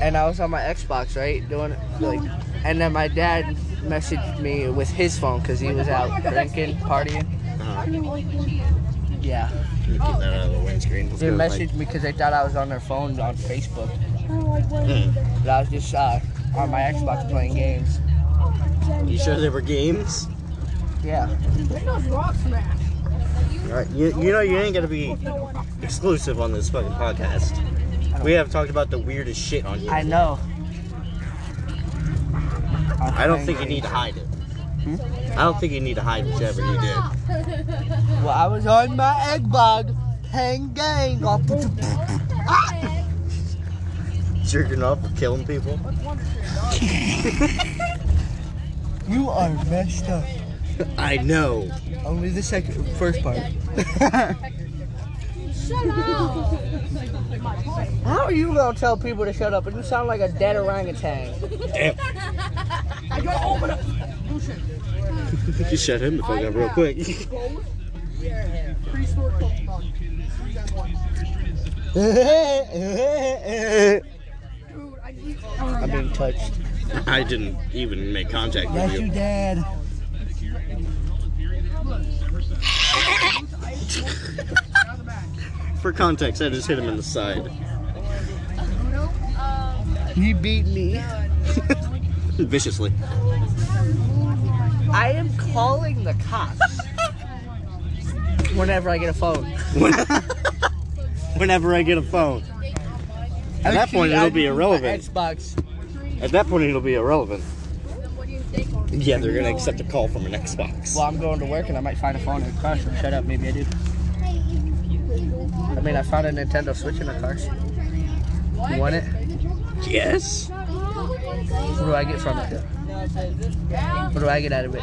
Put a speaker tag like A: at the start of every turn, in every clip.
A: and I was on my Xbox, right, doing like, and then my dad messaged me with his phone because he was out drinking, partying. Yeah,
B: Keep that out of the windscreen.
A: they messaged me because they thought I was on their phone on Facebook,
B: Mm.
A: but I was just uh, on my Xbox playing games.
B: You sure they were games?
A: Yeah,
B: Alright, you, you know you ain't gonna be exclusive on this fucking podcast. We have talked about the weirdest shit on here.
A: I know.
B: I don't think you need to hide it.
A: Hmm?
B: I don't think you need to hide whichever you did.
A: Well, I was on my Xbox playing games.
B: Jerking off or killing people.
A: You are messed up.
B: I know.
A: Only the second, first part.
C: Shut up!
A: How are you gonna tell people to shut up? And you sound like a dead orangutan.
B: Damn.
C: I gotta open up.
B: You shut him the fuck up real quick.
A: I'm
C: Dude, I need.
A: being touched.
B: I didn't even make contact with you.
A: did.
B: For context, I just hit him in the side.
A: You beat me.
B: Viciously.
A: I am calling the cops. Whenever I get a phone.
B: Whenever I get a phone. At that point, it'll be irrelevant.
A: Xbox.
B: At that point, it'll be irrelevant. Yeah, they're gonna accept a call from an Xbox.
A: Well, I'm going to work and I might find a phone in the car. So shut up, maybe I do. I mean, I found a Nintendo Switch in the car. You want it?
B: Yes.
A: What do I get from it? What do I get out of it?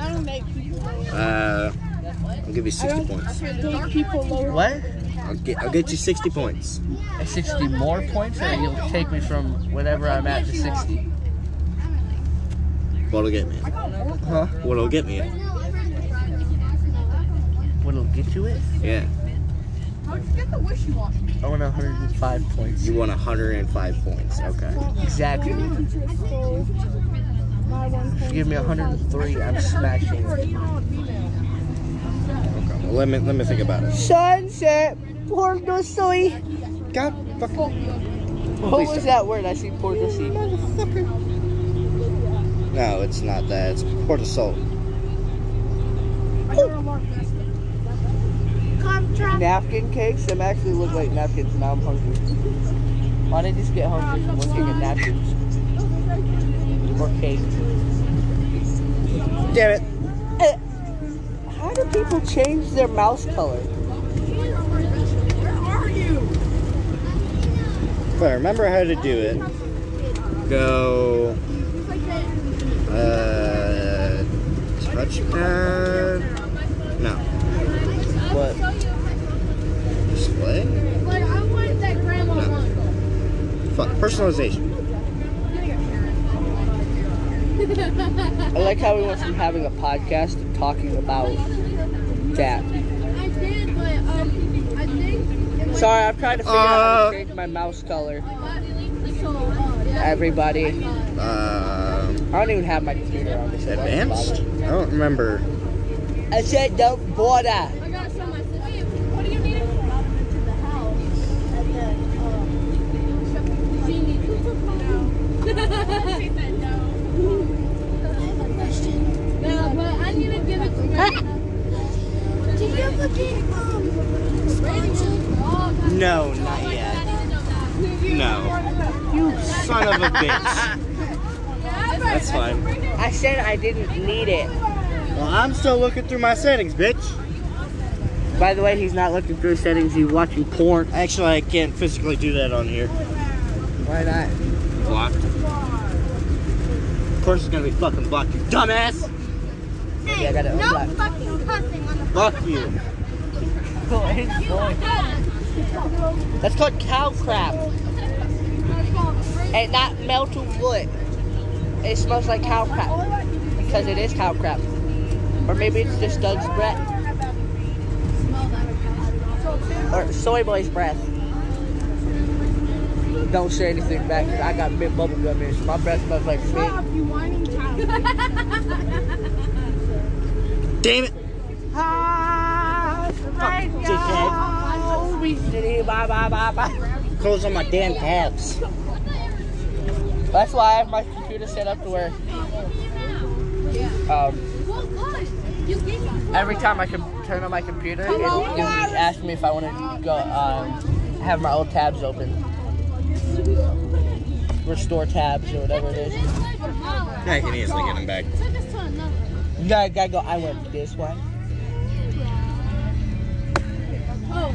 B: Uh, I'll give you 60 points.
A: What?
B: I'll get, I'll get you 60 points.
A: At 60 more points, or you'll take me from whatever I'm at to 60?
B: What'll get me?
A: Huh?
B: What'll get me?
A: What'll get you it?
B: Yeah.
C: How'd you get the wish you want?
A: I want 105 points.
B: You want 105 points. Okay.
A: Exactly. If you give me 103, I'm smashing. it.
B: Well, let me let me think about it.
A: Sunset, Porto Soy.
B: God fucking
A: What was that word? I see Porto Soy.
B: motherfucker. No, it's not that. It's port of salt.
A: Napkin cakes? I'm actually look like napkins. Now I'm hungry. Why did I just get hungry from looking at napkins? Or cake?
B: Damn it.
A: Eh, How do people change their mouse color?
C: Where are you?
B: If I remember how to do it, go uh touchpad. No,
A: What?
B: display.
C: But I want that grandma one.
B: Fuck personalization.
A: I like how we went from having a podcast to talking about that.
C: I did, but um, I think.
A: Sorry, I'm trying to figure out how
B: Uh,
A: to change my mouse color.
C: So, uh, yeah.
A: Everybody, I
B: Um,
A: don't even have my computer on this.
B: advanced. I don't remember.
A: I said no border.
C: I gotta show my sister. What do you need it for? To the house. And then, um, she needs to no. she said no. No, but I need to give it to her. Did you have a game, um, No,
B: No, not yet.
C: No. You
B: Son of a bitch. That's fine.
A: I said I didn't need it.
B: Well, I'm still looking through my settings, bitch.
A: By the way, he's not looking through settings. He's watching porn.
B: Actually, I can't physically do that on here.
A: Why not?
B: Blocked. Of course, it's gonna be fucking blocked, you dumbass.
A: Maybe I gotta
C: No
A: unblock.
C: fucking cussing on the
B: Fuck you.
A: That's called cow crap, and not melted wood. It smells like cow crap because it is cow crap, or maybe it's just Doug's breath. or soy boy's breath. don't say anything back. 'cause I got mint bubble gum in, so my breath smells like mint.
D: you whining child.
B: Damn it! Dickhead.
A: Oh, we city, bye, bye, bye, bye.
B: Close on my damn tabs.
A: That's why I have my computer set up to where um,
C: Well, good. You gave me
A: every time I com- turn on my computer, it, it asks me if I want to go um, have my old tabs open, restore tabs or whatever it is.
B: I can easily get them back.
C: Took us to another.
A: You gotta, gotta go. I went this way.
C: Oh.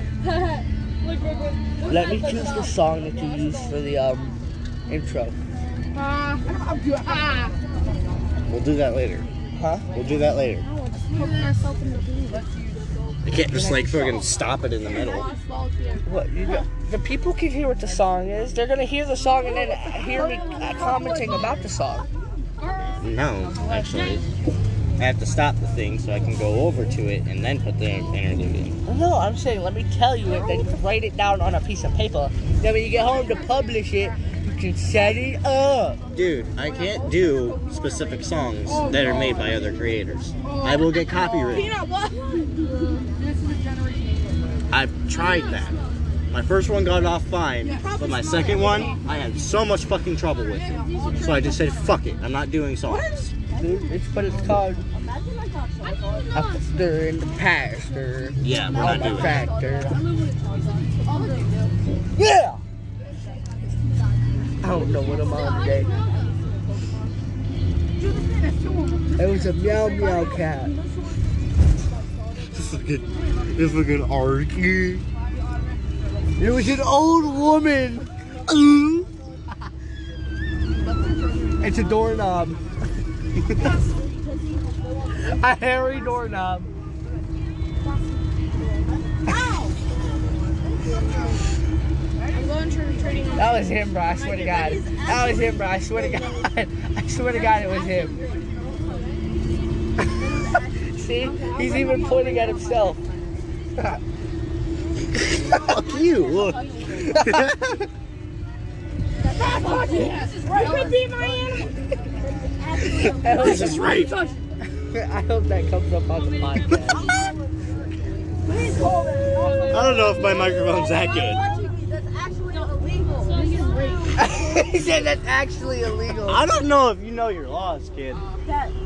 C: look, look, look.
A: Let me choose the song that you use for the um, intro.
C: Oh, Ah.
B: We'll do that later.
A: Huh?
B: We'll do that later. I can't just like fucking stop it in the middle.
A: What? You know, the people can hear what the song is. They're gonna hear the song and then hear me uh, commenting about the song.
B: No, actually. I have to stop the thing so I can go over to it and then put the interlude in.
A: No, I'm saying let me tell you it, then write it down on a piece of paper. Then when you get home to publish it, you can set it up.
B: Dude, I can't do specific songs that are made by other creators. I will get copyrighted. I've tried that. My first one got off fine, but my second one, I had so much fucking trouble with it. So I just said, fuck it, I'm not doing songs.
A: Dude, it's what it's called. After in the pastor.
B: Yeah, we're
A: On
B: not
A: the
B: doing it.
A: tractor. Yeah! I don't know what I'm on today. It was a meow meow cat.
B: It's like an arky.
A: It was an old woman. It's a doorknob. a hairy doorknob. That was him, bro. I swear to God. That was him, bro. I swear to God. I swear to God, it was him. See, he's even pointing at himself.
B: Fuck you, look.
A: I hope,
B: This is right.
A: I hope that comes up on the podcast.
B: I don't know if my microphone's that good.
A: he said that's actually illegal.
B: I don't know if you know your laws, kid.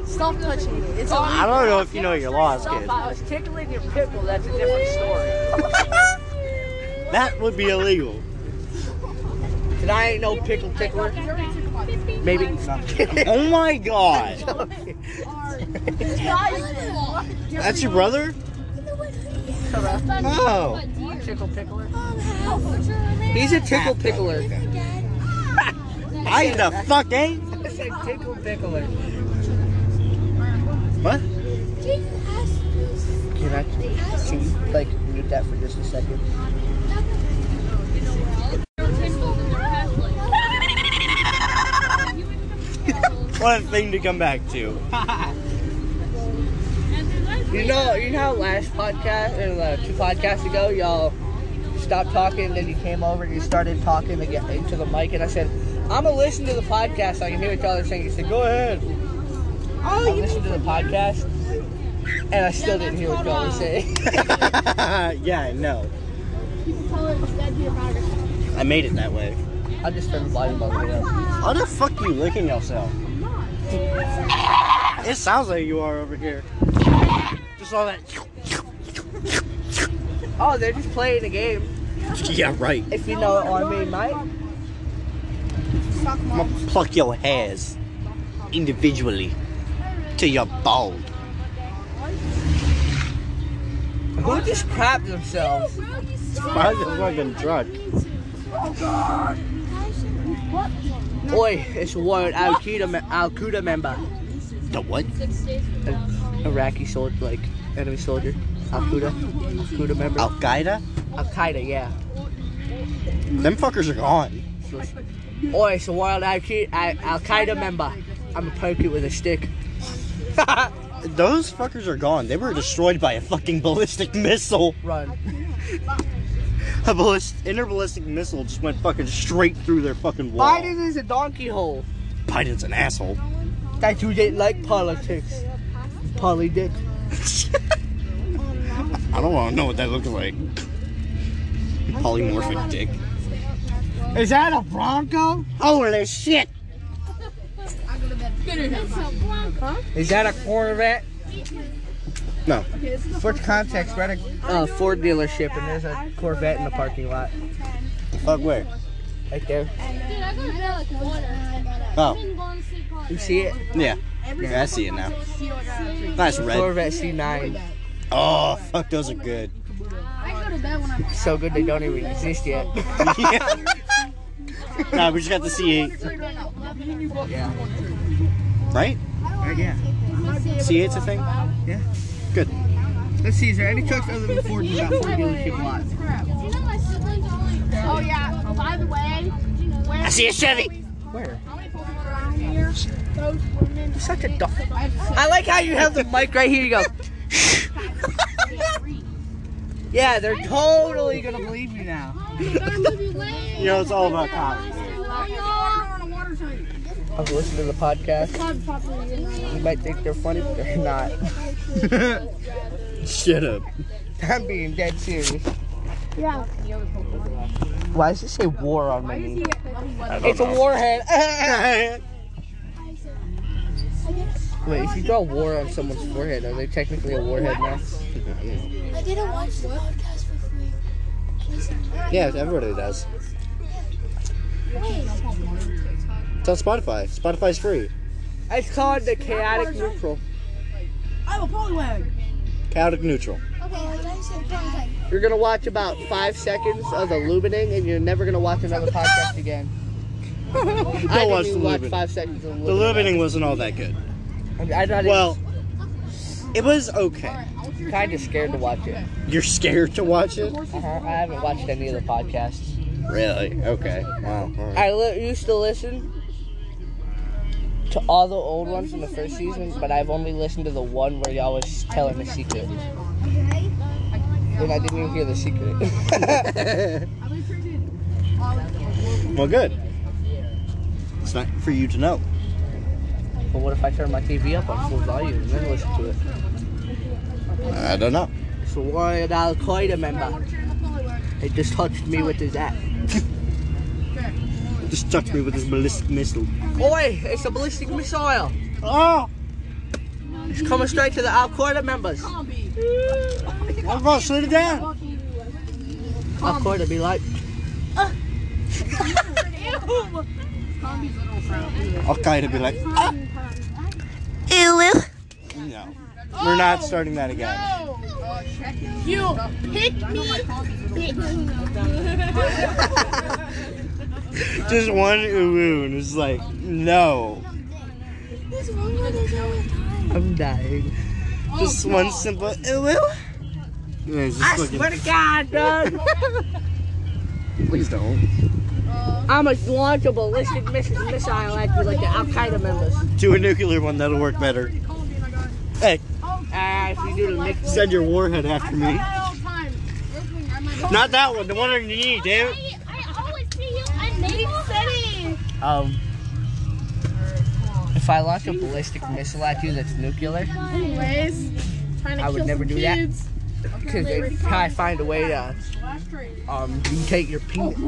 D: Stop touching me. It's all
B: I don't know if you know your laws, kid.
A: I was tickling your pickle. That's a different story.
B: That would be illegal.
A: And I ain't no pickle tickler. Maybe.
B: Oh my god. That's your brother? Oh.
A: tickle pickler. He's a tickle pickler.
B: I the fuck ain't.
A: I said tickle pickler.
B: What?
A: Can I see, like, mute that for just a second?
B: What a thing to come back to.
A: You know, you know how last podcast or uh, two podcasts ago, y'all stopped talking, then you came over and you started talking again into the mic, and I said, "I'm gonna listen to the podcast so I can hear what y'all are saying." You said, "Go ahead." Oh, I listened to the podcast, and I still didn't hear what y'all were saying.
B: yeah, I know. I made it that way.
A: I just turned the volume all the way up.
B: How the fuck you licking yourself? It sounds like you are over here. Just all that.
A: Oh, they're just playing a game.
B: Yeah, right.
A: If you know what I mean, mate.
B: I'm gonna pluck your hairs individually till you're bald.
A: Who just crapped themselves?
B: By the fucking truck.
A: Oi, it's one Al Qaeda member.
B: The what?
A: an Iraqi soldier, like enemy soldier, Al Qaeda, Al Qaeda member,
B: Al
A: Al
B: Qaeda?
A: Qaeda, yeah.
B: Them fuckers are gone.
A: Oh, it's a wild Al Qaeda member. I'm gonna poke it with a stick.
B: those fuckers are gone. They were destroyed by a fucking ballistic missile.
A: Run.
B: A ballist, interballistic missile just went fucking straight through their fucking wall.
A: Biden is a donkey hole.
B: Biden's an asshole.
A: That you didn't like politics. Polly dick.
B: I don't want to know what that looks like. Polymorphic dick.
A: Is that a Bronco?
B: Holy shit!
A: Is that a Corvette?
B: No.
A: For context, we're at a uh, Ford dealership and there's a Corvette in the parking lot.
B: Fuck where?
A: Right there.
C: Dude, I gotta get like water.
B: Oh.
A: You see it?
B: Yeah. Yeah, I see it now. Nice red.
A: Corvette C9.
B: Oh, fuck, those are good.
C: I go to bed when I'm
A: So good they don't even exist yet.
B: Yeah. nah, we just got the C8,
A: yeah.
B: right?
A: Yeah.
B: C8's a thing?
A: Yeah.
B: Good.
A: Let's see, is there any trucks other than Ford in that Ford dealership lot?
C: You know my siblings are like
D: Oh yeah. Oh, by the way, where
B: I see a Chevy!
A: Where?
D: here? Those women.
A: You're such a dog.
D: I've seen
A: I like how you have the mic right here. You go. yeah, they're totally gonna believe you now.
B: You know, it's all about cops.
A: I've listened to the podcast. You might think they're funny, but they're not.
B: Shut up.
A: I'm being dead serious. Yeah. Why does it say war on my knee? It's a warhead. Wait, if you draw war on someone's forehead, are they technically a warhead now?
C: I didn't watch the podcast for free.
B: yeah, everybody does.
C: Wait.
B: It's on Spotify. Spotify's free.
A: It's called the chaotic neutral.
D: I'm a polywag.
B: Chaotic neutral.
C: Okay, when I said contact,
A: You're gonna watch about five seconds of the Lubening, and you're never gonna watch another podcast again.
B: Don't
A: I
B: watch
A: didn't even
B: the
A: watch
B: Lubin.
A: five seconds of the
B: The
A: Lubening.
B: Lubening wasn't all that good.
A: I'm, I'm not
B: Well, it was okay.
A: even kind of scared to watch it.
B: You're scared to watch it?
A: Uh-huh, I haven't watched any of the podcasts.
B: Really? Okay. Wow. All right.
A: I li- used to listen to all the old ones from the first season, but I've only listened to the one where y'all was telling the secret. And I didn't even hear the secret.
B: Well, good. It's not for you to know.
A: but what if I turn my TV up on full volume and then listen to it?
B: I don't know.
A: It's a warrior Al Qaeda member. He just touched me with his axe.
B: Just touch me with this ballistic missile.
A: Oi, it's a ballistic missile.
B: Oh,
A: It's coming straight to the Al Qaeda members.
B: I'm gonna shoot it down.
A: Al Qaeda be like,
B: Okay, to be like, ah. No, we're not starting that again.
D: You hit me.
B: Just one ooh and it's like, no.
C: what's wrong with us all the time?
A: I'm dying.
B: Just one simple ooh And it's just looking-
A: to God, dog.
B: please don't.
A: I'm a launch a ballistic miss- missile at you like the Al Qaeda members.
B: Do a nuclear one. That'll work better. Hey,
A: Ah, if you do the mix.
B: send your warhead after me. Not that one. The one on your knee, damn it.
C: I, I always see you at Maple City.
A: Um. If I launch a ballistic missile at you that's nuclear,
D: Anyways, trying to
A: I would
D: kill
A: never
D: some
A: do that.
D: kids.
A: because they try to find a way to um mutate your penis.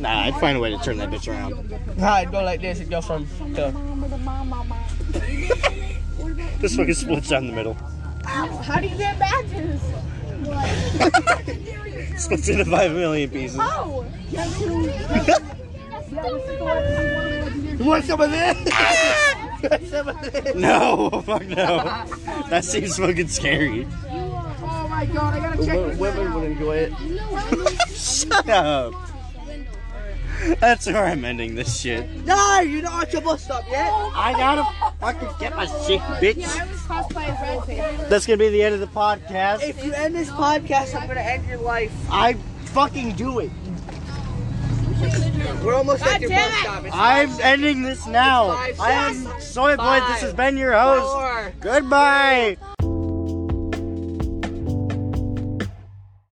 B: Nah, I'd find a way to turn that bitch around.
A: Nah, it go like this. It go from the
B: This fucking splits down the middle.
D: How do you get badges?
B: Splits into five million pieces.
D: Oh,
B: You want some of this? no, fuck no. That seems fucking scary.
D: oh my god, I gotta check
A: wo-
D: this
A: women would
D: out.
A: enjoy it.
B: Shut up. That's where I'm ending this shit.
A: No, you're not at your bus stop yet.
B: I gotta fucking get my shit, bitch.
D: I was crossed by a red face.
B: That's gonna be the end of the podcast.
A: If you end this podcast, I'm gonna end your life.
B: I fucking do it.
A: We're almost
D: God
A: at your
D: damn
A: bus
D: it.
A: stop. It's
B: I'm ending this now.
A: It's five
B: I am
A: seconds.
B: Soy Boy.
A: Five,
B: This has been your host.
A: four,
B: Goodbye.